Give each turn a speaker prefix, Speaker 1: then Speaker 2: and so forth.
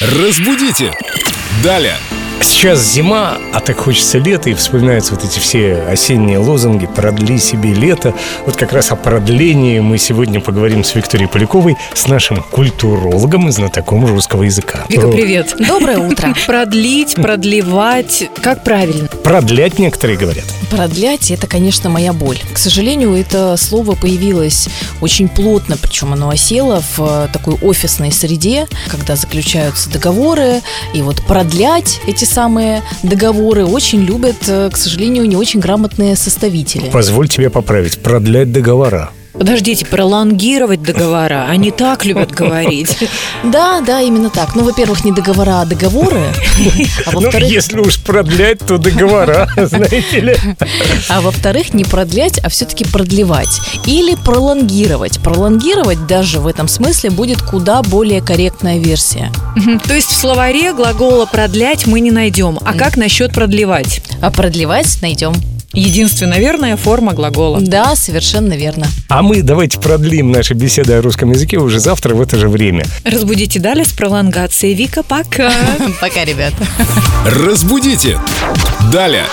Speaker 1: Разбудите! Далее!
Speaker 2: Сейчас зима, а так хочется лета, и вспоминаются вот эти все осенние лозунги «Продли себе лето». Вот как раз о продлении мы сегодня поговорим с Викторией Поляковой, с нашим культурологом и знатоком русского языка.
Speaker 3: Вика, привет.
Speaker 4: Доброе утро.
Speaker 3: Продлить, продлевать, как правильно?
Speaker 2: Продлять некоторые говорят.
Speaker 4: Продлять – это, конечно, моя боль. К сожалению, это слово появилось очень плотно, причем оно осело в э, такой офисной среде, когда заключаются договоры, и вот продлять эти самые договоры очень любят, э, к сожалению, не очень грамотные составители.
Speaker 2: Позволь тебе поправить. Продлять договора.
Speaker 3: Подождите, пролонгировать договора. Они так любят говорить.
Speaker 4: Да, да, именно так. Ну, во-первых, не договора, а договоры. А
Speaker 2: Ну, если уж продлять, то договора, знаете ли.
Speaker 4: А во-вторых, не продлять, а все-таки продлевать. Или пролонгировать. Пролонгировать даже в этом смысле будет куда более корректная версия.
Speaker 3: Мгм. То есть в словаре глагола «продлять» мы не найдем. А как насчет «продлевать»?
Speaker 4: А продлевать найдем.
Speaker 3: Единственная верная форма глагола.
Speaker 4: Да, совершенно верно.
Speaker 2: А мы давайте продлим наши беседы о русском языке уже завтра в это же время.
Speaker 3: Разбудите далее с пролонгацией. Вика, пока.
Speaker 4: Пока, ребята.
Speaker 1: Разбудите! Далее!